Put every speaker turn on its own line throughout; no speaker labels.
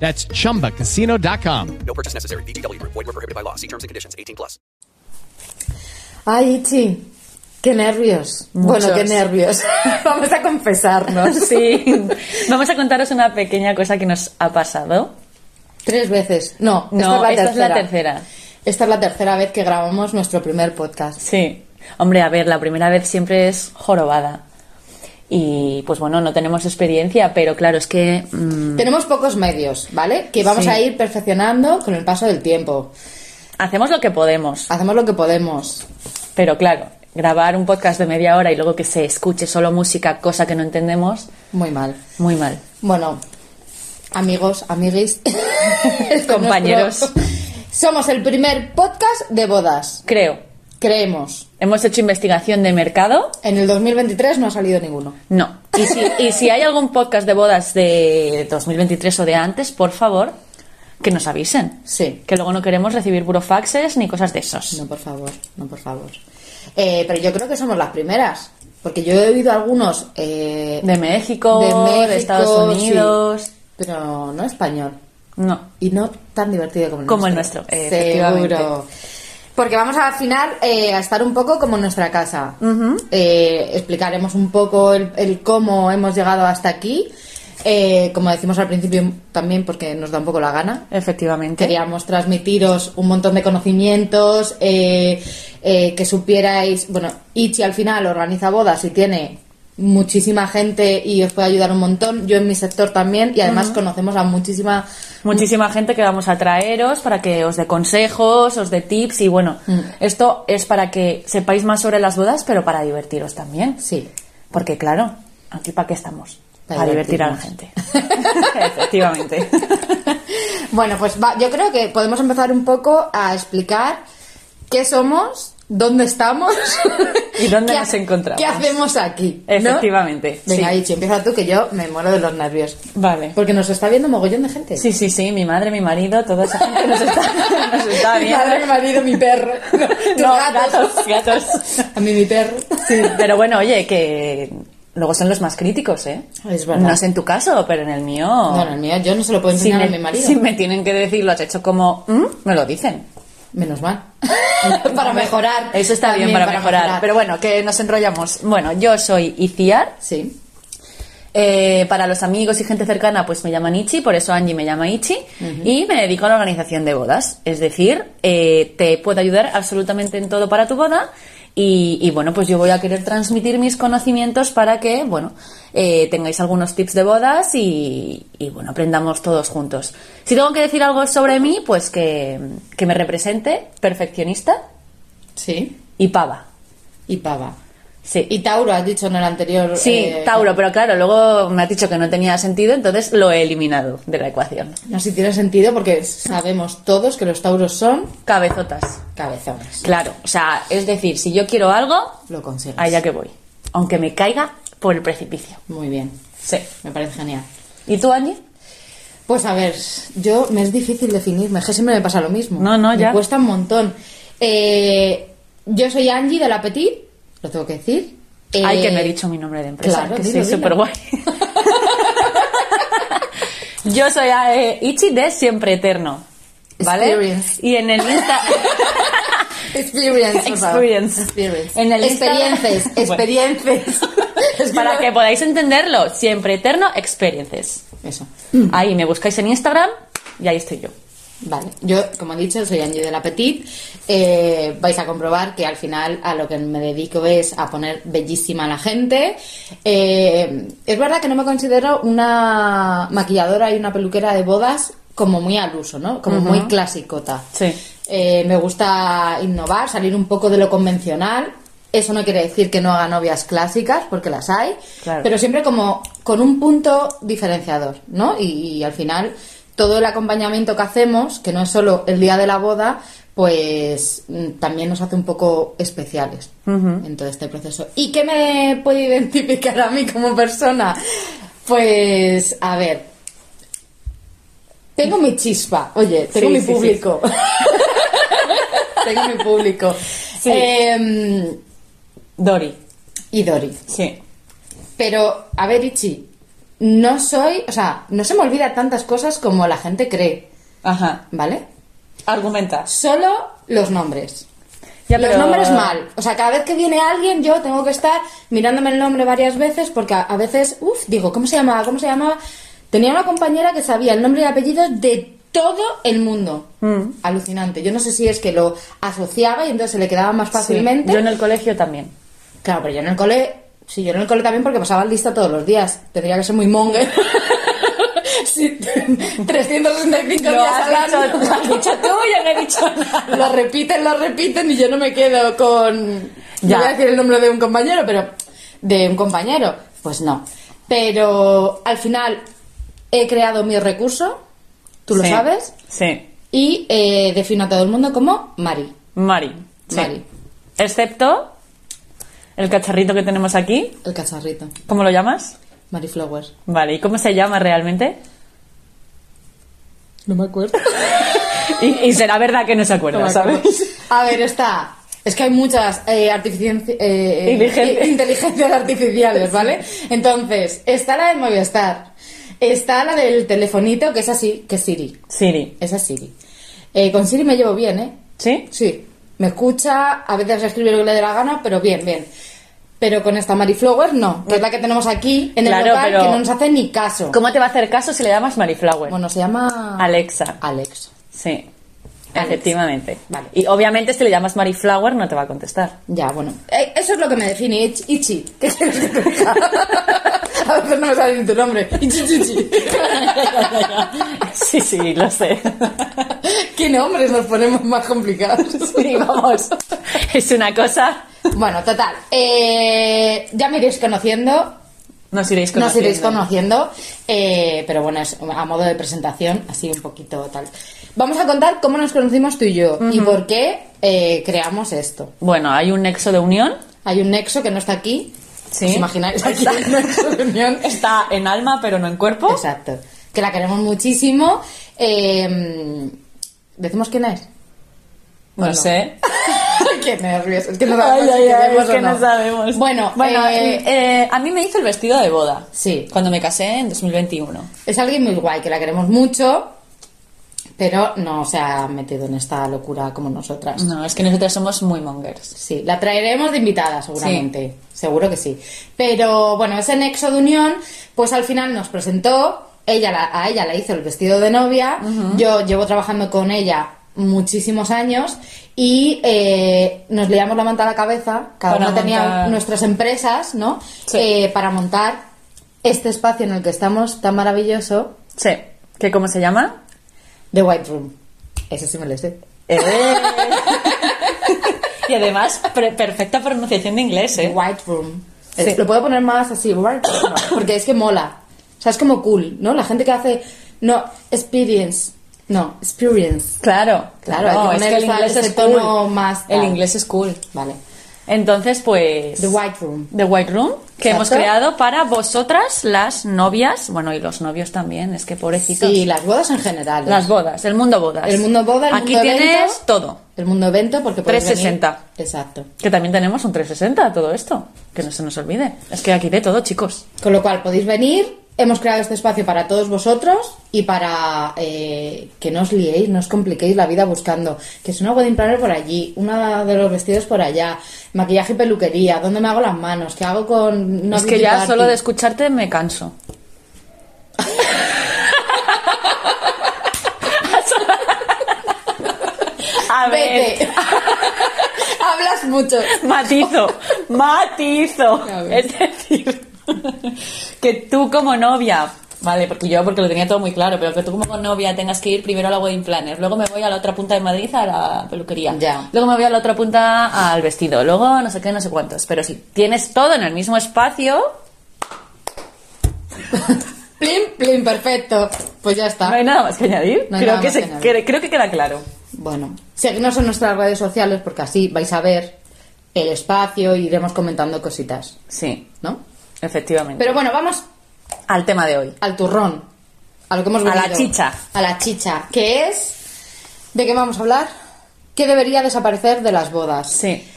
That's chumbacasino.com.
No purchase necessary. VGW Group. Void were prohibited by law. See terms and conditions. 18 plus.
Ay, Ichi, qué nervios. Bueno, qué nervios. Vamos a confesarnos.
Sí. Vamos a contaros una pequeña cosa que nos ha pasado.
Tres veces. No,
No,
esta, es la, tercera.
tercera.
Esta es la tercera vez que grabamos nuestro primer podcast.
Sí. Hombre, a ver, la primera vez siempre es jorobada. Y pues bueno, no tenemos experiencia, pero claro, es que mm,
Tenemos pocos medios, ¿vale? Que vamos
Sí.
a ir perfeccionando con el paso del tiempo.
hacemos lo que podemos.
Hacemos lo que podemos.
Pero claro, grabar un podcast de media hora y luego que se escuche solo música, cosa que no entendemos,
Muy mal.
muy mal.
Bueno, amigos, amiguis, Este
Compañeros.
Nuestro- Somos el primer podcast de bodas.
Creo.
Creemos.
Hemos hecho investigación de mercado.
En el 2023 no ha salido ninguno.
No. Y si, y si hay algún podcast de bodas de 2023 o de antes, por favor, que nos avisen.
Sí.
Que luego no queremos recibir burofaxes ni cosas de esos.
No, por favor, no, por favor. Eh, pero yo creo que somos las primeras, porque yo he oído algunos eh,
De México, de Estados
sí,
Unidos.
pero no español.
No.
Y no tan divertido como el
Como el
nuestro.
nuestro, eh, efectivamente.
Seguro. Porque vamos a, al final eh, a estar un poco como en nuestra casa. Eh, explicaremos un poco el, el cómo hemos llegado hasta aquí. Eh, como decimos al principio también, porque nos da un poco la gana.
Efectivamente.
Queríamos transmitiros un montón de conocimientos, eh, eh, que supierais, bueno, Ichi al final organiza bodas y tiene muchísima gente y os puede ayudar un montón, yo en mi sector también, y además conocemos a muchísima...
Muchísima gente que vamos a traeros para que os dé consejos, os dé tips y bueno,
Mm.
esto es para que sepáis más sobre las bodas, pero para divertiros también.
Sí,
Porque claro, aquí para qué estamos.
Para
Para, divertir a la gente.
divertirnos.
Efectivamente.
Bueno, pues va- yo creo que podemos empezar un poco a explicar qué somos, dónde estamos
Y dónde
qué
nos
ha-
encontramos.
¿Qué hacemos aquí? ¿no?
Efectivamente,
Venga,
sí.
Ichi, empieza tú que yo me muero de los nervios.
Vale.
Porque nos está viendo mogollón de gente.
Sí, sí, sí, mi madre, mi marido, toda esa gente nos está, nos está
mi
viendo.
madre, mi marido, mi perro. Tus
No,
gatos.
gatos, gatos.
A mí mi perro.
Sí, pero bueno, oye, que luego son los más críticos, ¿eh?
Es verdad.
No sé en tu caso, pero en el mío...
Bueno, el mío, yo no se lo puedo
si
enseñar
me,
a mi marido.
si me tienen que decir, lo has hecho como... "Mm", me lo dicen.
Menos mal. para mejorar.
Eso está bien
También
para, mejorar. Pero bueno, que nos enrollamos. Bueno, yo soy Iciar.
Sí.
Eh, para los amigos y gente cercana, pues me llaman Ichi, por eso Angie me llama Ichi, y me dedico a la organización de bodas. Es decir, eh, te puedo ayudar absolutamente en todo para tu boda. Y, y, bueno, pues yo voy a querer transmitir mis conocimientos para que, bueno, eh, tengáis algunos tips de bodas y, y, bueno, aprendamos todos juntos. Si tengo que decir algo sobre mí, pues que, que me represente perfeccionista
Sí.
y pava.
Y pava.
Sí.
Y Tauro, has dicho en el anterior.
Sí,
eh,
Tauro, pero claro, luego me has dicho que no tenía sentido, entonces lo he eliminado de la ecuación.
No sé si tiene sentido porque sabemos todos que los Tauros son
Cabezotas.
cabezones.
Claro, o sea, es decir, si yo quiero algo,
Lo consigues.
allá que voy. Aunque me caiga por el precipicio.
Muy bien.
Sí.
Me parece genial.
¿Y tú, Angie?
Pues a ver, yo me es difícil definirme, es que siempre me pasa lo mismo.
No, no, ya.
Me cuesta un montón. Eh, yo soy Angie de la Petit, lo tengo que decir. Eh,
Ay, que no he dicho mi nombre de empresa,
claro,
que
dilo,
soy
dilo.
súper guay. yo soy eh, Ichi de Siempre Eterno. ¿Vale?
Experience.
Y en el Insta.
Experience, por favor.
Experience.
Experience.
En el Instagram-
experiencias,
Bueno.
experiencias. Es
Para
no-
que podáis entenderlo, Siempre Eterno Experiences.
Eso.
Mm. Ahí me buscáis en Instagram y ahí estoy yo.
Vale, yo, como he dicho, soy Angie de la Petit. Eh, vais a comprobar que al final a lo que me dedico es a poner bellísima a la gente. Eh, es verdad que no me considero una maquilladora y una peluquera de bodas como muy al uso, ¿no? Como muy clasicota.
Sí.
Eh, me gusta innovar, salir un poco de lo convencional. Eso no quiere decir que no haga novias clásicas, porque las hay,
Claro.
pero siempre como con un punto diferenciador, ¿no? Y, y al final todo el acompañamiento que hacemos, que no es solo el día de la boda, pues mm, también nos hace un poco especiales en todo este proceso. ¿Y qué me puede identificar a mí como persona? Pues, a ver, tengo mi chispa, oye, tengo
Sí,
mi
sí, sí.
público. tengo mi público.
Sí.
Em,
Dori.
y Dori.
Sí.
Pero, a ver, Ichi, no soy, o sea, no se me olvida tantas cosas como la gente cree,
Ajá.
¿vale?
Argumentas.
Solo los nombres.
Ya,
los
pero-
nombres mal. O sea, cada vez que viene alguien yo tengo que estar mirándome el nombre varias veces porque a, a veces, uff, digo, ¿cómo se llamaba? ¿Cómo se llamaba? Tenía una compañera que sabía el nombre y apellido de todo el mundo.
Mm.
Alucinante. Yo no sé si es que lo asociaba y entonces se le quedaba más
Sí.
fácilmente.
Yo en el colegio también.
Claro, pero yo en el cole, sí, yo en el cole también porque pasaba lista todos los días. Tendría que ser muy mongue. Sí, 365
Lo
días
has
al año.
dicho- lo has dicho tú, yo no he dicho nada.
Lo repiten, lo repiten y yo no me quedo con... No
Ya.
voy a decir el nombre de un compañero, pero... De un compañero, pues no. Pero al final he creado mi recurso, tú lo
Sí.
sabes,
Sí.
y eh, defino a todo el mundo como Mari.
Mari. sí.
Mari.
Excepto el cacharrito que tenemos aquí.
El cacharrito.
¿Cómo lo llamas?
Mari Flowers.
Vale, ¿y cómo se llama realmente?
No me acuerdo.
Y, y será verdad que no se acuerda, ¿sabes?
A ver, está. Es que hay muchas eh, artificien- eh,
Inteligencia.
eh, inteligencias artificiales, ¿vale? Entonces, está la de Movistar. Está la del telefonito, que es así, que es Siri.
Siri.
Esa es Siri. Eh, con Siri me llevo bien, ¿eh?
¿Sí?
Sí. Me escucha, a veces escribe lo que le dé la gana, pero bien, bien. Pero con esta Mari Flowers no, que es la que tenemos aquí en el
Claro,
local,
pero-
que no nos hace ni caso.
¿Cómo te va a hacer caso si le llamas Mariflower?
Bueno, se llama...
Alexa.
Alex.
Sí.
Alex.
Efectivamente.
Vale.
Y obviamente si le llamas Mariflower no te va a contestar.
Ya, bueno. Eh, Eso es lo que me define Ich- Ichi. ¿Qué quieres que te diga? A veces no me sale ni tu nombre. Ichi, Ichi, Ichi.
Sí, sí, lo sé.
¿Qué nombres nos ponemos más complicados?
Sí, vamos. Es una cosa.
Bueno, total. eh, ya me iréis conociendo.
Nos iréis
Nos
conociendo.
iréis conociendo. eh, pero bueno, es a modo de presentación, así un poquito tal. Vamos a contar cómo nos conocimos tú y yo y por qué eh, creamos esto.
Bueno, hay un nexo de unión.
Hay un nexo que no está aquí.
Sí.
¿Os imagináis? Aquí
Está.
un nexo de unión.
Está en alma, pero no en cuerpo.
Exacto. Que la queremos muchísimo. Eh, ¿Decimos quién es?
No sé.
Qué nervios. Es que no sabemos
Ay,
si
ay, ay,
queremos
es que
o no.
no sabemos.
Bueno, eh,
eh, eh, a mí me hizo el vestido de boda.
Sí.
Cuando me casé en 2021.
es alguien muy guay, que la queremos mucho, pero no se ha metido en esta locura como nosotras.
No, es que nosotros somos muy mongers.
Sí, la traeremos de invitada seguramente, seguro que sí. Pero bueno, ese nexo de unión, pues al final nos presentó, ella la- a ella la hizo el vestido de novia, yo llevo trabajando con ella muchísimos años y eh, nos leíamos la manta a la cabeza, cada
Para
uno tenía
montar.
nuestras empresas, ¿no?
Sí.
Eh, para montar este espacio en el que estamos tan maravilloso,
Sí. ¿Qué cómo se llama?
The White Room. Eso sí me lo sé.
Eh. y además, pre- perfecta pronunciación de inglés, ¿eh?
White Room.
Sí.
Es- Lo puedo poner más así, White Room, porque es que mola. O sea, es como cool, ¿no? La gente que hace, no, experience, no, experience.
Claro,
Claro,
No,
hay que poner
es que el
esa-
inglés
ese
es cool.
tono más
El
tal.
inglés es cool.
Vale.
Entonces, pues.
The White Room.
The White Room,
Exacto.
que hemos creado para vosotras, las novias, bueno, y los novios también, es que pobrecitos.
Sí, las bodas en general. ¿eh?
Las bodas, el mundo bodas.
El mundo boda, el
Aquí
mundo
tienes
evento.
todo.
El mundo evento, porque puedes venir-
360.
Exacto.
Que también tenemos un 360 a todo esto. Que no se nos olvide. Es que aquí de todo, chicos.
Con lo cual, podéis venir. Hemos creado este espacio para todos vosotros y para eh, que no os liéis, no os compliquéis la vida buscando. Que si una wedding planner por allí, una de los vestidos por allá, maquillaje y peluquería, dónde me hago las manos, qué hago con... no
es que
beauty
ya
party?
solo de escucharte me canso. a ver.
Vete. Hablas mucho.
Matizo, matizo.
A ver.
Es decir, que tú como novia, vale, porque yo porque lo tenía todo muy claro, pero que tú como novia tengas que ir primero a la wedding planner, luego me voy a la otra punta de Madrid a la peluquería,
Ya.
luego me voy a la otra punta al vestido, luego no sé qué, no sé cuántos, pero si tienes todo en el mismo espacio,
Plim, plim, perfecto. Pues ya
no
está.
hay nada más que añadir.
No hay
creo
nada
que
más
se-
que añadir.
cre- creo que queda claro.
Bueno, seguidnos en nuestras redes sociales porque así vais a ver el espacio y iremos comentando cositas,
Sí,
¿no?
efectivamente.
Pero bueno, vamos
al tema de hoy.
al turrón, a lo que hemos
A la
venido.
chicha.
A la chicha, que es... ¿De qué vamos a hablar? ¿Qué debería desaparecer de las bodas?
Sí,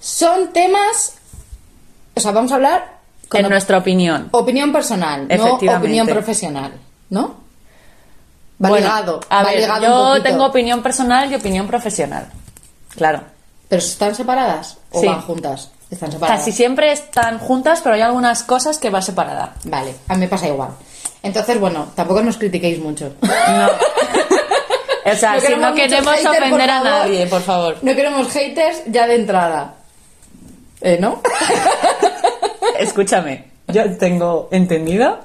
Son temas... O sea, vamos a hablar con
en
op-
nuestra opinión.
opinión personal, no
Efectivamente.
opinión profesional, ¿no? Va
Bueno,
ligado,
a
va
ver,
ligado un
yo
poquito.
tengo opinión personal y opinión profesional. Claro.
¿Pero están separadas o
Sí.
van juntas? Están separadas.
Casi siempre están juntas, pero hay algunas cosas que va separada.
Vale, a mí me pasa igual. Entonces, bueno, tampoco nos critiquéis mucho.
No. o sea,
No
si no
muchos
queremos
haters,
ofender
por
a
favor.
nadie, por favor.
No queremos haters ya de entrada. Eh, ¿No?
Escúchame, yo tengo entendido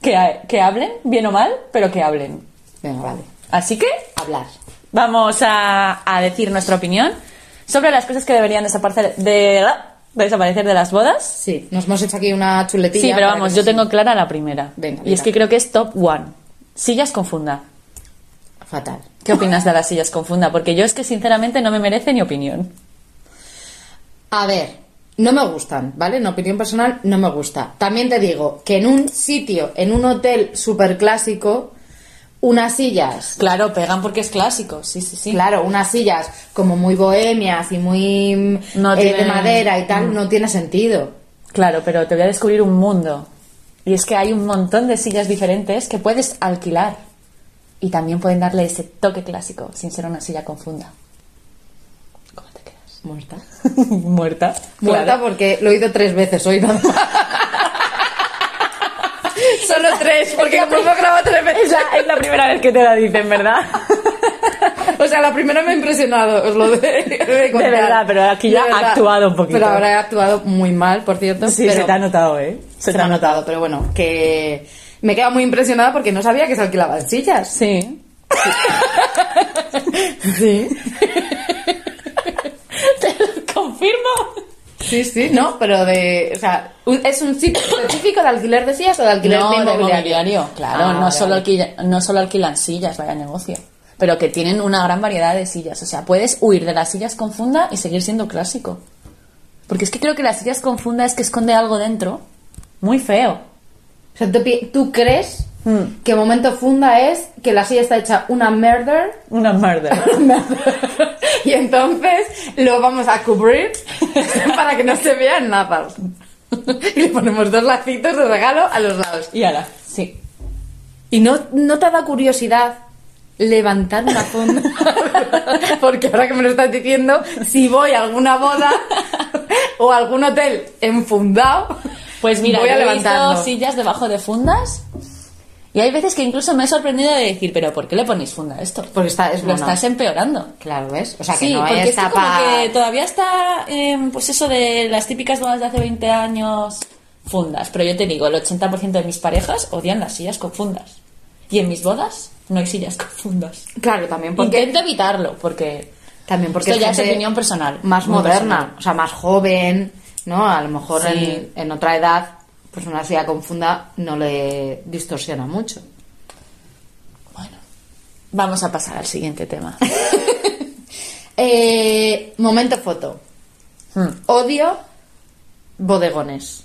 que, ha- que hablen, bien o mal, pero que hablen.
Venga, vale.
Así que
Hablar.
vamos a, a decir nuestra opinión sobre las cosas que deberían desaparecer de, desaparecer de las bodas.
Sí, nos hemos hecho aquí una chuletilla.
Sí, pero
para
vamos,
que
yo
nos-
tengo clara la primera.
Venga,
y es
venga.
que creo que es top one. Sillas con funda.
Fatal.
¿Qué opinas de las sillas con funda? Porque yo es que sinceramente no me merece ni opinión.
A ver, no me gustan, ¿vale? En opinión personal, no me gusta. También te digo que en un sitio, en un hotel súper clásico, unas sillas
Claro, pegan porque es clásico, sí, sí, sí.
Claro, unas sillas como muy bohemias y muy mm,
No Mm.
eh, de
tienen-
madera y tal, no tiene sentido.
Claro, pero te voy a descubrir un mundo. Y es que hay un montón de sillas diferentes que puedes alquilar. Y también pueden darle ese toque clásico, sin ser una silla con funda. ¿Cómo te quedas?
Muerta.
Muerta.
Muerta
Claro.
porque lo he oído tres veces hoy nada más. Solo tres, porque como hemos grabado tres veces.
Es la, es la primera vez que te la dicen, ¿verdad?
O sea, la primera me ha impresionado, os lo de, de contar.
De verdad, pero aquí ya
De verdad.
ha actuado un poquito.
Pero ahora he actuado muy mal, por cierto. pero-
notado, ¿eh?
se me ha notado, pero bueno, que me he quedado muy impresionada porque no sabía que se alquilaban sillas.
Sí.
Sí.
Confirmo.
Sí, sí, no, pero de. O sea, un- ¿es un sitio específico de alquiler de sillas o de alquiler
no,
de
de
inmobiliario?
mobiliario, claro.
Ah,
no,
vale,
solo
vale.
alquila- no solo alquilan sillas, vaya negocio. Pero que tienen una gran variedad de sillas. O sea, puedes huir de las sillas con funda y seguir siendo clásico. Porque es que creo que las sillas con funda es que esconde algo dentro. Muy feo.
O sea, ¿tú, pi- tú crees que momento funda es que la silla está hecha una murder
Una murder.
y entonces lo vamos a cubrir para que no se vean nada? Y le ponemos dos lacitos de regalo a los lados.
y ala. Sí.
¿Y no, no te da curiosidad levantar una funda? Porque ahora que me lo estás diciendo, si voy a alguna boda o a algún hotel enfundado,
Pues mira,
voy a
yo he
levantarlo.
visto sillas debajo de fundas. Y hay veces que incluso me he sorprendido de decir, ¿pero por qué le ponéis funda a esto?
Porque está, es
Lo
mona.
estás empeorando.
Claro, ¿ves? O sea, que
sí,
no
porque
es
es que
tapa...
como que todavía está, eh, pues eso de las típicas bodas de hace 20 años, fundas. Pero yo te digo, el 80% de mis parejas odian las sillas con fundas. Y en mis bodas no hay sillas con fundas.
Claro, también porque...
Intento evitarlo, porque...
También porque
Esto ya es
gente
opinión personal.
Más
muy
moderna,
personal.
o sea, más joven, ¿no? A lo mejor
Sí.
en, en otra edad, pues una silla con funda no le distorsiona mucho.
Bueno, vamos a pasar al siguiente tema.
Eh, momento foto.
Hmm.
Odio bodegones.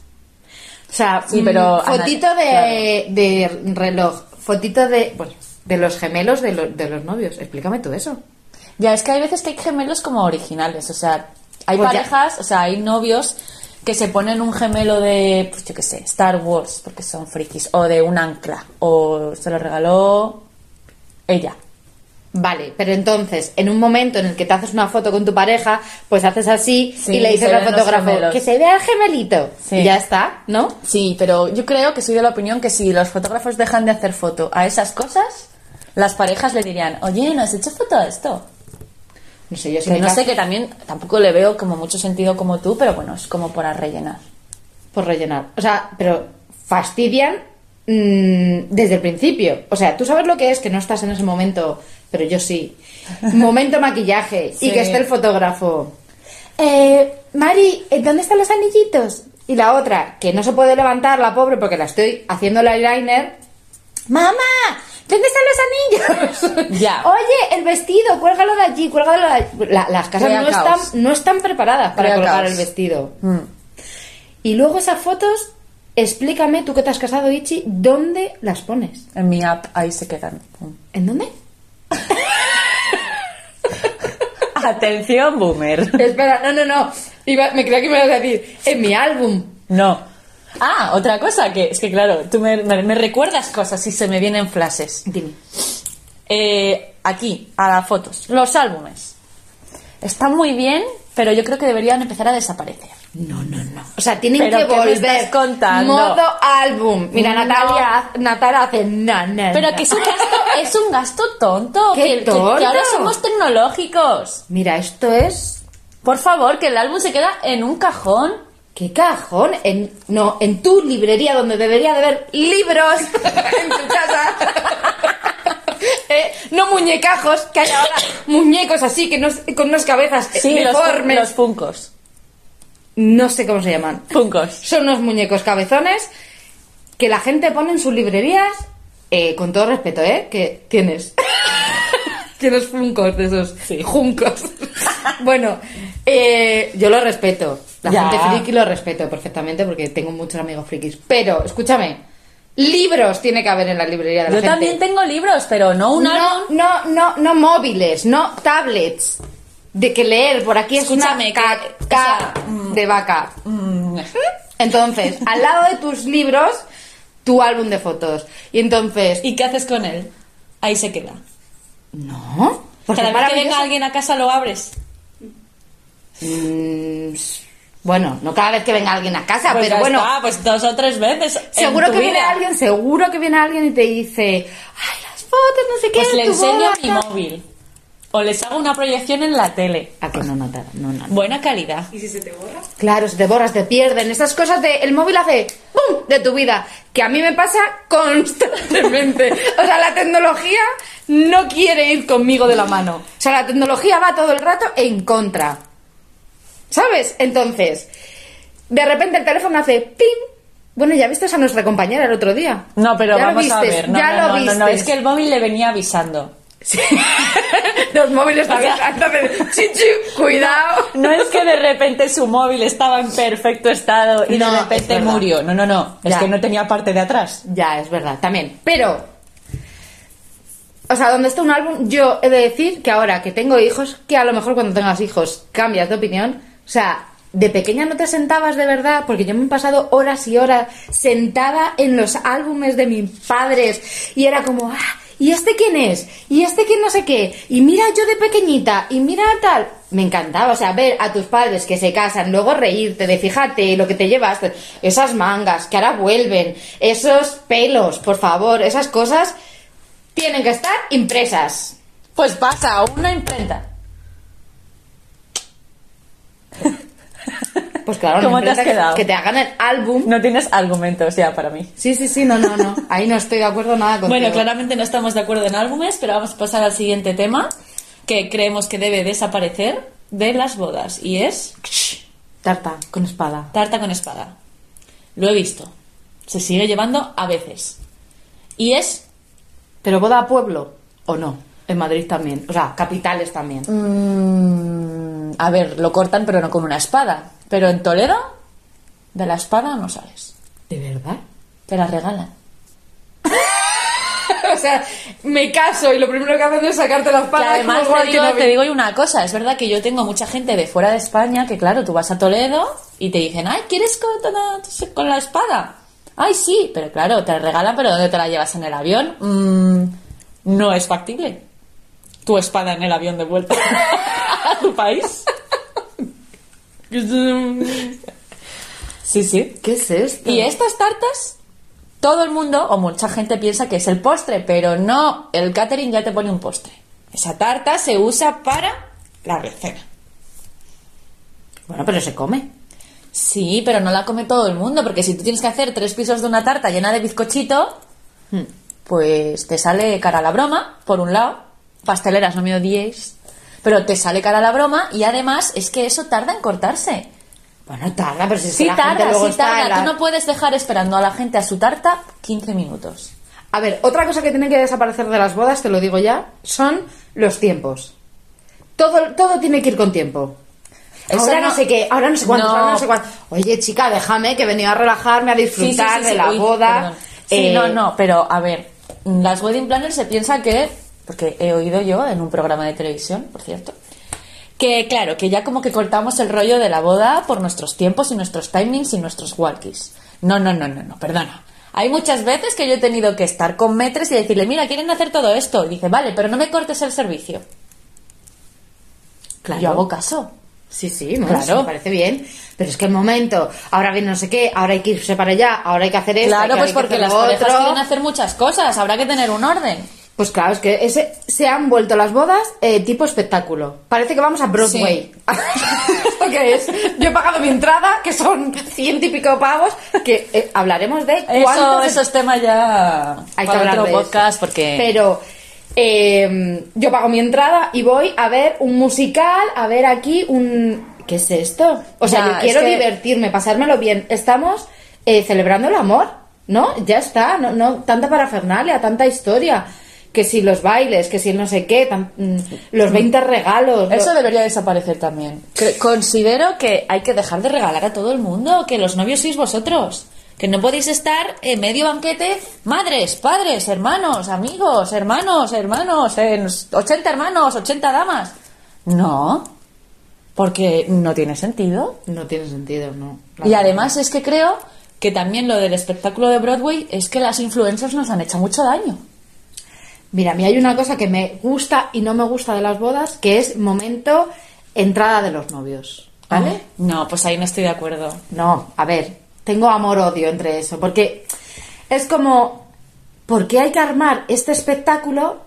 O sea,
Sí,
mm,
pero-
fotito
Ana-
de, de reloj, fotito de bueno, de los gemelos de, lo- de los novios. Explícame tú eso.
Ya, es que hay veces que hay gemelos como originales, o sea, hay
Pues ya.
parejas, o sea, hay novios que se ponen un gemelo de, pues yo qué sé, Star Wars, porque son frikis, o de un ancla, o se lo regaló ella.
Vale, pero entonces, en un momento en el que te haces una foto con tu pareja, pues haces así
Sí,
y le dices
se
al
ven los
fotógrafo
gemelos.
que se vea el gemelito.
Sí.
Y ya está, ¿no?
Sí, pero yo creo que soy de la opinión que si los fotógrafos dejan de hacer foto a esas cosas, las parejas le dirían, oye, ¿no has hecho foto a esto?
No sé, yo sí
Que
me
no
caso
sé, que también tampoco le veo como mucho sentido como tú, pero bueno, es como para rellenar.
por rellenar. O sea, pero fastidian mm, desde el principio. O sea, tú sabes lo que es que no estás en ese momento, pero yo sí. Momento maquillaje y
Sí.
que esté el fotógrafo. Eh, Mari, ¿eh, ¿dónde están los anillitos? Y la otra, que no se puede levantar la pobre porque la estoy haciendo el eyeliner. ¡Mamá! ¿dónde están los anillos?
Ya.
Oye, el vestido, cuélgalo de allí, cuélgalo de allí. La- las casas
Crea
no están,
caos.
no están preparadas para
Crea
colgar
caos.
el vestido.
Mm,
Y luego esas fotos, explícame, tú que te has casado, Ichi, ¿dónde las pones?
En mi app ahí se quedan. Pum.
¿En dónde?
Atención, boomer.
Espera, no, no, no. Iba- me creía que me ibas a decir, en mi álbum.
No. Ah, otra cosa que es que claro, tú me, me- me recuerdas cosas y se me vienen flashes.
Dime.
Eh, aquí, a las fotos, los álbumes. Está muy bien, pero yo creo que deberían empezar a desaparecer.
No, no, no. O sea, tienen
Pero
que
¿qué me
volver.
estás contando?
Modo álbum. Mira,
No.
Natalia, haz- Natalia hace na, na,
Pero
na.
que es un gasto, es un gasto tonto.
¡Qué
que- que- que ahora
tonto!
somos tecnológicos.
Mira, esto es.
Por favor, que el álbum se queda en un cajón.
¡Qué cajón! En, no, en tu librería donde debería de haber libros en tu casa. Eh, no muñecajos, que hay ahora muñecos así, que no, con unas cabezas eh,
los, fu-
deformes.
los funcos.
No sé cómo se llaman.
Funcos.
Son unos muñecos cabezones que la gente pone en sus librerías, eh, con todo respeto, ¿eh? Que tienes. tienes funcos de esos.
Sí.
Juncos. bueno, eh, yo lo respeto. La
Ya.
gente friki lo respeto perfectamente porque tengo muchos amigos frikis. Pero, escúchame, libros tiene que haber en la librería de la
Yo
gente.
también tengo libros, pero no un álbum.
no, no, no, no móviles, no tablets. De que leer por aquí es
Escúchame, que-
una caca
o sea, mm.
de vaca. Entonces, al lado de tus libros, tu álbum de fotos. Y entonces,
¿Y qué haces con él? Ahí se queda.
no, porque
Cada
es
vez que venga
maravilloso.
alguien a casa lo abres.
Mm, Bueno, no cada vez que venga alguien a casa,
Pues
pero
ya
bueno,
está, pues dos o tres veces. en
seguro
tu
que viene
vida.
alguien, seguro que viene alguien y te dice, ay, las fotos, no sé qué.
Pues
de
le
tu
enseño
boda,
mi
tal".
móvil. O les hago una proyección en la tele.
Ah, que no, Nata, no, no, no.
Buena calidad.
Claro, se te borras, te pierden. Estas cosas de el móvil hace ¡pum! de tu vida. Que a mí me pasa constantemente. O sea, la tecnología no quiere ir conmigo de la mano. O sea, la tecnología va todo el rato en contra. ¿Sabes? Entonces, de repente el teléfono hace ¡pim! Bueno, ya viste a nuestra compañera el otro día.
No, pero
Ya lo
vamos a
vistes,
ver. No,
ya
no,
lo
no, no,
vistes.
no, es que el móvil le venía avisando.
Sí. Los móviles
O sea-
también. Entonces, chichu, cuidado.
No es que de repente su móvil estaba en perfecto estado y
No,
de
es
repente
verdad.
murió. No, no, no. Es
Ya.
que no tenía parte de atrás.
Ya, es verdad, también. Pero, o sea, donde está un álbum, yo he de decir que ahora que tengo hijos, que a lo mejor cuando tengas hijos cambias de opinión, o sea, de pequeña no te sentabas de verdad, porque yo me he pasado horas y horas sentada en los álbumes de mis padres y era como, ah, ¿y este quién es? ¿Y este quién no sé qué? Y mira yo de pequeñita, y mira tal. Me encantaba, o sea, ver a tus padres que se casan, luego reírte de fíjate lo que te llevaste, esas mangas que ahora vuelven, esos pelos, por favor, esas cosas tienen que estar impresas.
Pues pasa a una imprenta.
Pues claro,
¿Cómo
no
te has
importa que-
quedado?
Que, te hagan el álbum.
No tienes argumentos ya para mí.
Sí, sí, sí, no, no, no. Ahí no estoy de acuerdo nada contigo.
Bueno, claramente no estamos de acuerdo en álbumes, pero vamos a pasar al siguiente tema que creemos que debe desaparecer de las bodas y es
Tarta con espada.
tarta con espada. Lo he visto. Se sigue llevando a veces. Y es
Pero boda a pueblo o no. En Madrid también. O sea, capitales también.
a ver, lo cortan pero no con una espada, pero en Toledo de la espada no sales.
¿De verdad?
Te la regalan.
o sea, me caso y lo primero que hacen es sacarte la
Que
espada.
además te digo, te digo una cosa, es verdad que yo tengo mucha gente de fuera de España que claro, tú vas a Toledo y te dicen, ay, ¿quieres con, con- con la espada? Ay, sí, pero claro, te la regalan, pero ¿dónde te la llevas en el avión? Mm, no es factible. Tu espada en el avión de vuelta a tu país. Sí, sí.
¿Qué es esto?
Y estas tartas, todo el mundo o mucha gente piensa que es el postre, pero no, el catering ya te pone un postre. Esa tarta se usa para la recena.
Bueno, pero se come.
Sí, pero no la come todo el mundo, porque si tú tienes que hacer tres pisos de una tarta llena de bizcochito, hmm, pues te sale cara a la broma, por un lado, pasteleras no me odiéis, pero te sale cara a la broma y además es que eso tarda en cortarse.
Bueno, tarda, pero si es que
Sí
la gente
tarda,
luego
sí
está en
tarda,
la-
tú no puedes dejar esperando a la gente a su tarta 15 minutos.
A ver, otra cosa que tiene que desaparecer de las bodas, te lo digo ya, son los tiempos. Todo, todo tiene que ir con tiempo.
Eso
ahora no,
no-
sé qué, ahora no sé cuánto,
No.
ahora no sé cuánto. Oye, chica, déjame que he venido a relajarme, a disfrutar de la
uy,
boda.
perdón. Sí,
Eh,
no, no, pero a ver, las wedding planners se piensa que, porque he oído yo en un programa de televisión, por cierto, que claro, que ya como que cortamos el rollo de la boda por nuestros tiempos y nuestros timings y nuestros walkies. No, no, no, no, no, perdona. Hay muchas veces que yo he tenido que estar con metres y decirle, mira, quieren hacer todo esto. Y dice, vale, pero no me cortes el servicio.
Claro.
Yo hago caso.
Sí, sí, no,
Claro.
sí, me parece bien. Pero es que el momento, ahora bien no sé qué, ahora hay que irse para allá, ahora hay que hacer esto.
Claro,
hay que-
pues
hay que
porque
hacer
las
lo
parejas
otro.
quieren hacer muchas cosas, habrá que tener un orden.
Pues claro, es que ese, se han vuelto las bodas eh, tipo espectáculo. Parece que vamos a Broadway. ¿Esto qué es? Yo he pagado mi entrada, que son ciento y pico pavos, que eh, hablaremos de
Eso,
cuántos...
esos temas ya
Hay que
para
hablar
otro
de
podcast
eso.
porque
Pero eh, yo pago mi entrada y voy a ver un musical, a ver aquí un... ¿Qué es esto? O sea,
Ya,
yo
es
quiero
que-
divertirme, pasármelo bien. Estamos eh, celebrando el amor, ¿no? Ya está, no, no tanta parafernalia, tanta historia. Que si los bailes, que si el no sé qué, tan- mm, los 20 regalos.
eso
lo-
debería desaparecer también. Cre- Considero que hay que dejar de regalar a todo el mundo, que los novios sois vosotros, que no podéis estar en medio banquete madres, padres, hermanos, amigos, hermanos, hermanos, en 80 hermanos, 80 damas. No, porque no tiene sentido.
No tiene sentido, no.
Y además eh, es que creo que también lo del espectáculo de Broadway es que las influencers nos han hecho mucho daño.
Mira, a mí hay una cosa que me gusta y no me gusta de las bodas, que es momento entrada de los novios. ¿Vale?
¿Vale? No, pues ahí no estoy de acuerdo.
No, a ver, tengo amor-odio entre eso, porque es como, ¿por qué hay que armar este espectáculo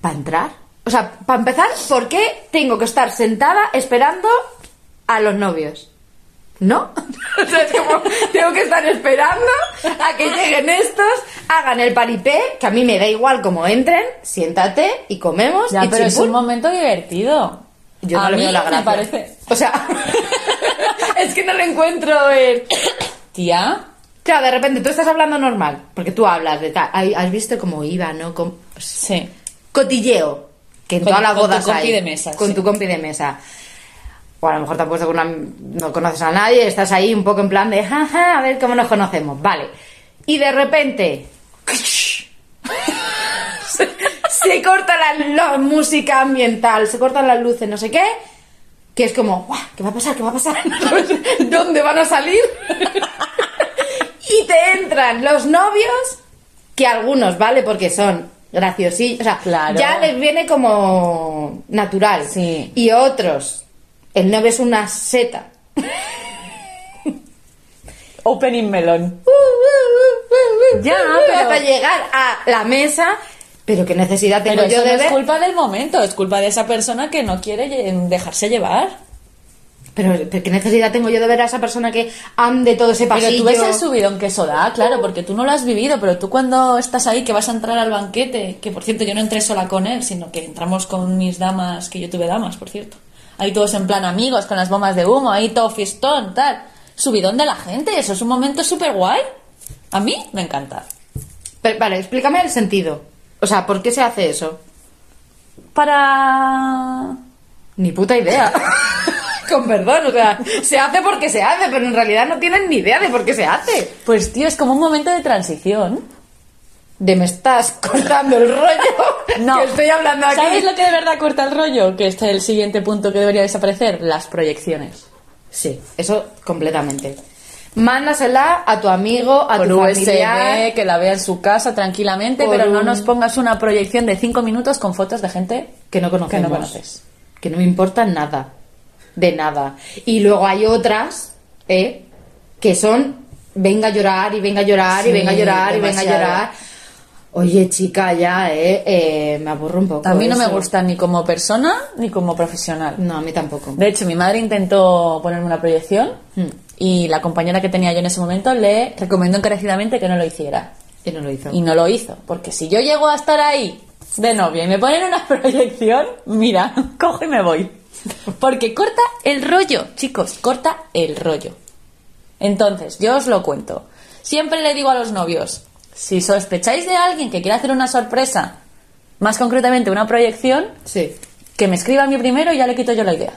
para entrar? O sea, para empezar, ¿por qué tengo que estar sentada esperando a los novios? ¿No? O sea, es como, tengo que estar esperando a que lleguen estos, hagan el paripé, que a mí me da igual como entren, siéntate y comemos
Ya,
y
pero es
chimpún.
un momento divertido.
Yo no
A
le
mí
veo la gracia.
me parece.
O sea, es que no lo encuentro el...
Tía,
Claro, de repente tú estás hablando normal, porque tú hablas de tal. Ay, ¿Has visto cómo iba, no? Com-
sí.
Cotilleo, que en
Con-
todas las
con tu
bodas
compi
hay.
de mesa,
Con
sí.
tu compi de mesa. O a lo mejor te has puesto con una... No conoces a nadie, estás ahí un poco en plan de... Ja, ja, a ver cómo nos conocemos, vale. Y de repente... se, se corta la, la música ambiental, se cortan las luces, no sé qué... Que es como, "Guau, ¿qué va a pasar? ¿Qué va a pasar? ¿Dónde van a salir? y te entran los novios, que algunos, ¿vale? Porque son graciosillos, o sea,
Claro.
ya les viene como natural.
Sí.
Y otros, el novio es una seta.
Opening melon. Ya, pero-
Hasta llegar a la mesa, pero qué necesidad tengo
Pero eso
yo de
no es
ver.
culpa del momento, es culpa de esa persona que no quiere lle- dejarse llevar.
Pero, pero qué necesidad tengo yo de ver a esa persona que ande todo ese pasillo.
Pero tú ves el subidón que eso da, claro, porque tú no lo has vivido, pero tú cuando estás ahí que vas a entrar al banquete, que por cierto yo no entré sola con él, sino que entramos con mis damas, que yo tuve damas, por cierto. Ahí todos en plan amigos, con las bombas de humo, ahí todo fiestón, tal. Subidón de la gente, eso es un momento súper guay. A mí me encanta.
Pero, vale, explícame el sentido. O sea, ¿por qué se hace eso?
Para...
Ni puta idea. Con perdón, o sea, se hace porque se hace, pero en realidad no tienen ni idea de por qué se hace.
Pues tío, es como un momento de transición.
De me estás cortando el rollo
No.
que estoy hablando aquí.
¿Sabes lo que de verdad corta el rollo? Que este es el siguiente punto que debería desaparecer, las proyecciones.
Sí, eso completamente. Mándasela a tu amigo, a
por
tu
USB,
familiar.
que la vea en su casa tranquilamente,
Por
pero no
un-
nos pongas una proyección de 5 minutos con fotos de gente
que no conocemos.
que no conoces.
Que no me importa nada. De nada. Y luego hay otras, ¿eh? Que son, venga a llorar y venga a llorar y
Sí,
venga a llorar y venga a
demasiado.
llorar. Oye, chica, ya, ¿eh? Eh, me aburro un poco.
A mí no me
eso.
gusta ni como persona ni como profesional.
No, a mí tampoco.
De hecho, mi madre intentó ponerme una proyección
Hmm.
y la compañera que tenía yo en ese momento le recomendó encarecidamente que no lo hiciera.
Y no lo hizo.
Y no lo hizo, porque si yo llego a estar ahí de novia y me ponen una proyección, mira, cojo y me voy. Porque corta el rollo, chicos, corta el rollo. Entonces, yo os lo cuento. Siempre le digo a los novios, si sospecháis de alguien que quiera hacer una sorpresa, más concretamente una proyección,
Sí.
que me escriba a mí primero y ya le quito yo la idea.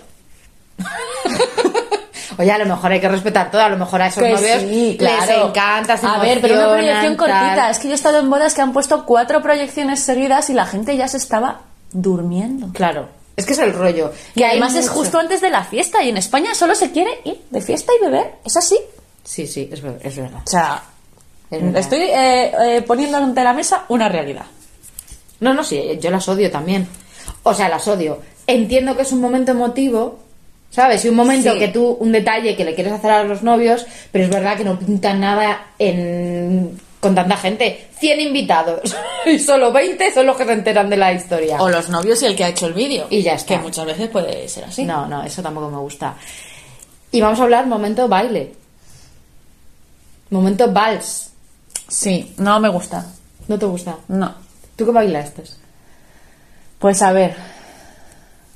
Oye, a lo mejor hay que respetar todo, a lo mejor a esos
Que
novios
Pues sí,
les
claro.
encanta, se
A ver, pero una proyección
emocionan,
cortita.
tal.
Es que yo he estado en bodas que han puesto cuatro proyecciones seguidas y la gente ya se estaba durmiendo.
Claro, es que es el rollo.
Y
Hay
además es
mucho-
justo antes de la fiesta y en España solo se quiere ir de fiesta y beber. ¿Es así?
Sí, sí, es verdad. Es verdad.
O sea, mm,
Es verdad.
estoy eh, eh, poniendo ante la mesa una realidad.
No, no, sí, yo las odio también. O sea, las odio. Entiendo que es un momento emotivo, ¿sabes? Y un momento
Sí.
que tú, un detalle que le quieres hacer a los novios, pero es verdad que no pinta nada en... con tanta gente. 100 invitados y solo 20 son los que se enteran de la historia.
O los novios y el que ha hecho el vídeo.
Y ya está.
Que muchas veces puede ser así.
No, no, eso tampoco me gusta. Y vamos a hablar momento baile. Momento vals.
Sí, no me gusta.
¿No te gusta?
No.
¿Tú qué bailaste?
Pues a ver.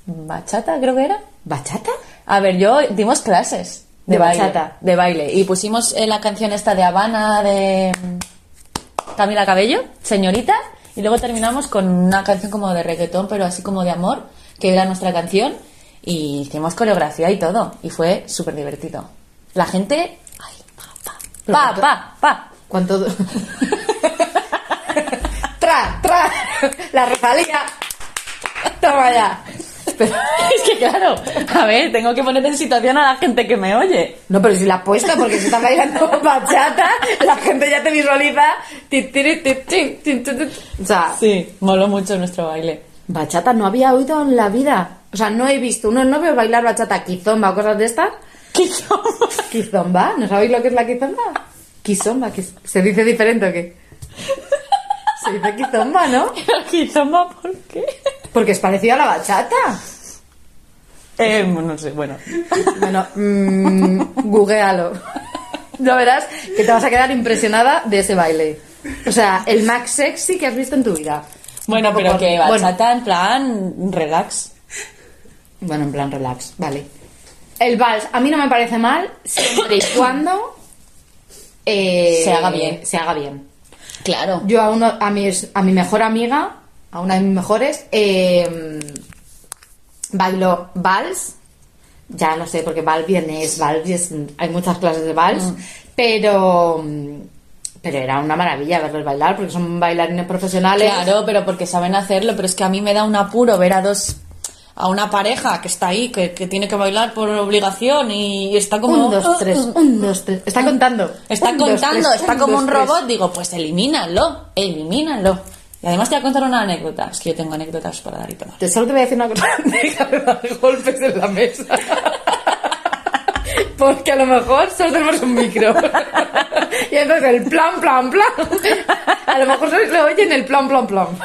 Bachata, creo que era.
¿Bachata?
A ver, yo dimos clases de,
De
baile.
bachata.
De baile. Y pusimos eh, la canción esta de Habana de mm, Camila Cabello, señorita. Y luego terminamos con una canción como de reggaetón, pero así como de amor, que era nuestra canción. Y hicimos coreografía y todo. Y fue súper divertido. La gente. Ay, pa, pa, pa, pa, pa.
¿Cuánto? ¡Tra, tra! La Rosalía. Toma ya.
Pero es que claro, a ver, tengo que poner en situación a la gente que me oye.
No, pero si la has puesto, porque si estás bailando bachata, la gente ya te visualiza. Ti, tiri, ti, tin, tin, tu, tu. O sea,
Sí, moló mucho nuestro baile.
bachata no había oído en la vida. O sea, no he visto unos novios bailar bachata, quizomba o cosas de estas. ¿Quizomba? ¿No sabéis lo que es la quizomba? Quizomba, quiz- ¿se dice diferente o qué? Se dice quizomba, ¿no?
Quizomba, ¿por qué?
Porque es parecido a la bachata.
Eh, no sé, bueno.
Bueno, mmm, googlealo. Ya verás que te vas a quedar impresionada de ese baile. O sea, el más sexy que has visto en tu vida.
Bueno,
Un poco
pero que
por- bueno,
bachata en plan relax.
Bueno, en plan relax, vale. El vals, a mí no me parece mal siempre y cuando eh,
Se haga bien.
Se haga bien.
Claro.
Yo a, uno, a, mi, a mi mejor amiga, a una de mis mejores, eh, bailo vals. Ya no sé, porque vals vienes, vals, es- hay muchas clases de vals,
Mm.
pero, mm, pero era una maravilla verlos bailar, porque son bailarines profesionales.
Claro, pero porque saben hacerlo, pero es que a mí me da un apuro ver a dos a una pareja que está ahí, que, que tiene que bailar por obligación y está como
un, dos, tres, un, dos, tres. Está contando.
Está
Un, dos,
contando,
tres,
está como
dos,
un
tres.
robot. Digo, pues elimínalo, elimínalo. Y además te voy a contar una anécdota. Es que yo tengo anécdotas para dar y tomar.
Te- Solo te voy a decir una cosa. Deja de dar golpes en la mesa. Porque a lo mejor solo tenemos un micro. Y entonces el plan, plan, plan. A lo mejor solo se oye en el plan, plan, plan.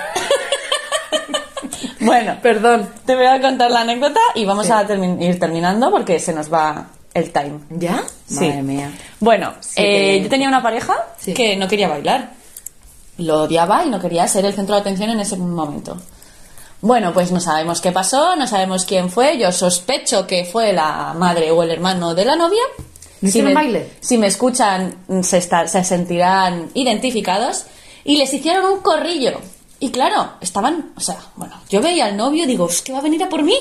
Bueno,
Perdón.
te voy a contar la anécdota y vamos a termin- ir terminando porque se nos va el time.
¿Ya?
Sí.
Madre mía.
Bueno, eh,
que-
yo tenía una pareja
Sí.
que no quería bailar. Lo odiaba y no quería ser el centro de atención en ese momento. Bueno, pues no sabemos qué pasó, no sabemos quién fue. Yo sospecho que fue la madre o el hermano de la novia.
¿No hicieron
me,
baile?
si me escuchan, mm, se, esta- se sentirán identificados. Y les hicieron un corrillo. Y claro, estaban, o sea, bueno, yo veía al novio y digo, es que va a venir a por mí.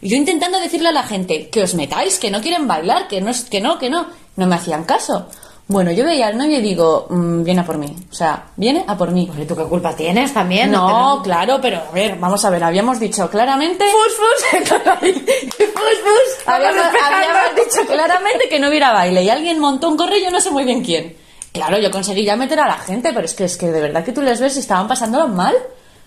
Y yo intentando decirle a la gente que os metáis, que no quieren bailar, que no, es- que no, que no. No me hacían caso. Bueno, yo veía al novio y digo, "Mm, viene a por mí. O sea, viene a por mí.
Pues tú qué culpa tienes también.
No,
tenemos-
claro, pero a ver, vamos a ver, habíamos dicho claramente.
Fus, fus. están ahí. Fus, fus. Pues,
Habíamos,
Vamos empezando.
habíamos dicho claramente que no hubiera baile y alguien montó un corrillo, no sé muy bien quién. Claro, yo conseguí ya meter a la gente, pero es que, es que de verdad que tú les ves y estaban pasándolo mal.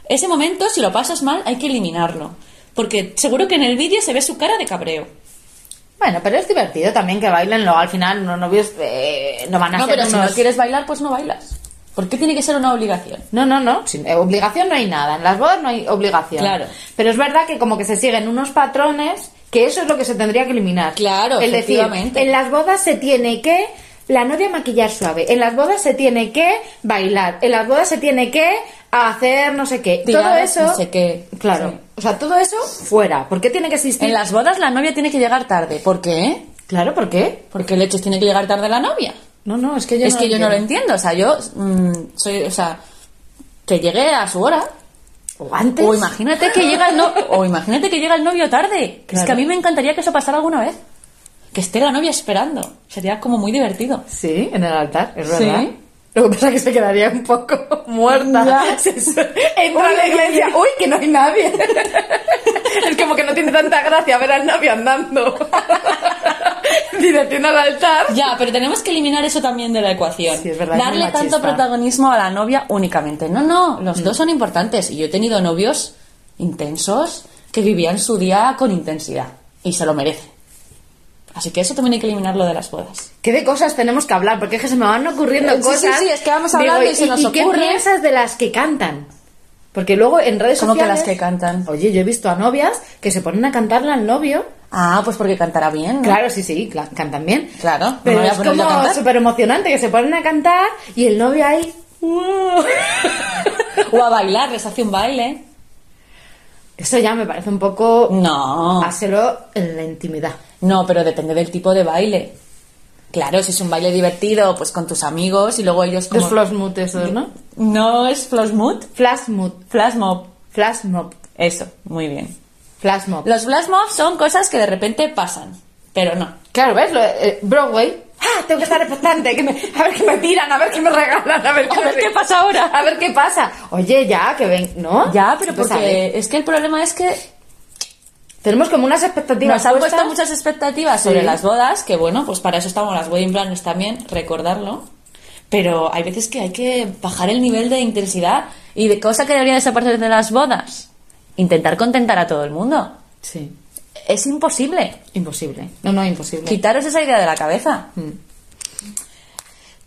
Ese momento, si lo pasas mal, hay que eliminarlo. Porque seguro que en el vídeo se ve su cara de cabreo.
Bueno, pero es divertido también que bailen. Luego al final unos novios eh, no van a
No,
ser
pero si
unos-
no quieres bailar, pues no bailas. ¿Por qué tiene que ser una obligación?
No, no, no. Sin- eh, obligación no hay nada. En las bodas no hay obligación.
Claro.
Pero es verdad que como que se siguen unos patrones que eso es lo que se tendría que eliminar.
Claro,
Es decir,
efectivamente.
en las bodas se tiene que la novia maquillar suave. En las bodas se tiene que bailar. En las bodas se tiene que hacer no sé qué. todo
Tiradas,
eso.
no sé qué.
Claro.
Sí.
O sea, todo eso fuera. ¿Por qué tiene que existir?
En las bodas la novia tiene que llegar tarde. ¿Por qué?
Claro, ¿por qué?
¿Por qué leches tiene que llegar tarde la novia?
No, no, es que yo,
es que yo no lo entiendo. O sea, yo mm, soy, o sea, que llegue a su hora.
O antes.
O imagínate que llega el no, o imagínate que llega el novio tarde. Que Es que
Claro.
a mí me encantaría que eso pasara alguna vez. Que esté la novia esperando. Sería como muy divertido.
Sí, en el altar, es
Sí.
verdad. Lo que pasa es que se quedaría un poco muerta.
Ya.
Se su- Entra a la iglesia, uy, que no hay nadie. es como que no tiene tanta gracia ver al novio andando. Dirección al altar.
Ya, pero tenemos que eliminar eso también de la ecuación.
Sí, es verdad, es muy
Darle tanto
machista. Mm.
protagonismo a la novia únicamente. No, no, los dos son importantes. Y yo he tenido novios intensos que vivían su día con intensidad. Y se lo merecen. Así que eso también hay que eliminarlo de las bodas.
¿Qué de cosas tenemos que hablar? Porque es que se me van ocurriendo
Sí, sí,
cosas.
sí, es que vamos hablando y se nos ocurre.
qué piensas de las que cantan? Porque luego en redes
¿Cómo que
sociales...
las que cantan?
Oye, yo he visto a novias que se ponen a cantarle al novio.
Ah, pues porque cantará bien. ¿no?
Claro, sí, sí, cla- cantan bien.
Claro, no
Pero
me voy a
es
poner yo a
como
cantar.
súper emocionante que se ponen a cantar y el novio ahí... "Uh".
O a bailar, les hace un baile.
Eso ya me parece un poco...
No.
Ah, Hacerlo en la intimidad.
No, pero depende del tipo de baile. Claro, si es un baile divertido, pues con tus amigos y luego ellos como...
Los flashmob esos, ¿no?
No es flashmob.
Flashmob.
Flashmob.
Flashmob.
Eso, muy bien.
Flashmob.
Los flashmobs son cosas que de repente pasan, pero no.
Claro, ¿ves? Lo- eh, Broadway. ¡Ah! Tengo que estar expectante. que me- a ver qué me tiran, a ver qué me regalan, a ver qué,
A ver
me-
qué pasa ahora.
A ver qué pasa. Oye, ya, que ven, ¿no?
Ya, pero
Pues,
porque
a ver,
es que el problema es que
Tenemos como unas expectativas.
nos han puesto
puestas.
muchas expectativas
Sí.
sobre las bodas, que bueno, pues para eso estamos las wedding planners también, recordarlo. Pero hay veces que hay que bajar el nivel de intensidad y de cosa que debería desaparecer de las bodas. Intentar contentar a todo el mundo.
Sí.
Es imposible.
Imposible. No, no, imposible.
Quitaros esa idea de la cabeza.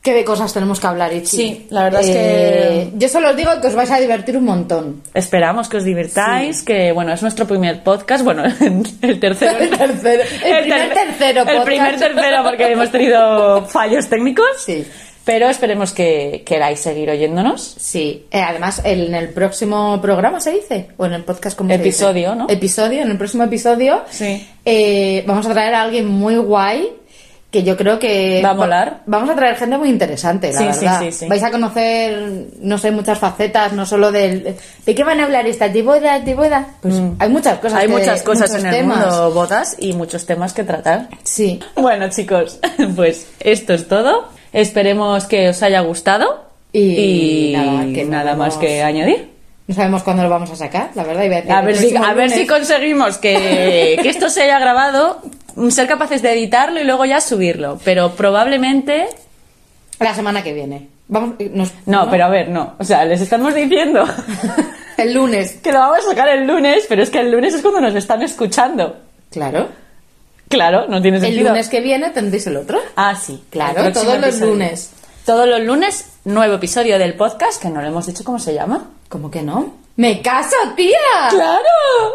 ¿Qué de cosas tenemos que hablar, Ichi?
Sí, la verdad es
que... Yo solo os digo que os vais a divertir un montón.
Esperamos que os divirtáis, que bueno, es nuestro primer podcast, bueno, el tercero.
El tercero, el primer
ter-
tercero
El
podcast.
primer tercero porque hemos tenido fallos técnicos.
Sí.
Pero esperemos que queráis seguir oyéndonos.
Sí, eh, además el- en el próximo programa se dice, o en el podcast como
Episodio, ¿no?
Episodio, en el próximo episodio
Sí.
eh, vamos a traer a alguien muy guay que yo creo que
Va a molar.
Vamos a traer gente muy interesante, la
Sí, sí,
verdad.
sí, sí.
Vais a conocer, no sé, muchas facetas, no solo del de qué van a hablar esta tiboda, tiboda. Pues hay muchas cosas,
Mm. Hay
que-
muchas cosas
muchos
en el
temas.
mundo, bodas y muchos temas que tratar.
Sí.
Bueno, chicos, pues esto es todo. Esperemos que os haya gustado
Y
y
nada, que nos
nada más
vemos.
que añadir.
No sabemos cuándo lo vamos a sacar, la verdad. iba a decir
Eh, A
el
ver, si,
próximo
a ver si
lunes.
conseguimos que, que esto se haya grabado, mm, ser capaces de editarlo y luego ya subirlo. Pero probablemente.
la semana que viene. Vamos, eh, nos-
No, pero a ver, no. O sea, les estamos diciendo
el lunes.
que lo vamos a sacar el lunes, pero es que el lunes es cuando nos están escuchando.
Claro.
Claro, no tiene
El
sentido.
lunes que viene tendréis el otro.
Ah, sí,
Claro,
el próximo
todos los lunes.
Todos los lunes, nuevo episodio del podcast, que no le hemos dicho cómo se llama.
¿Cómo que no? ¡Me caso, tía!
¡Claro!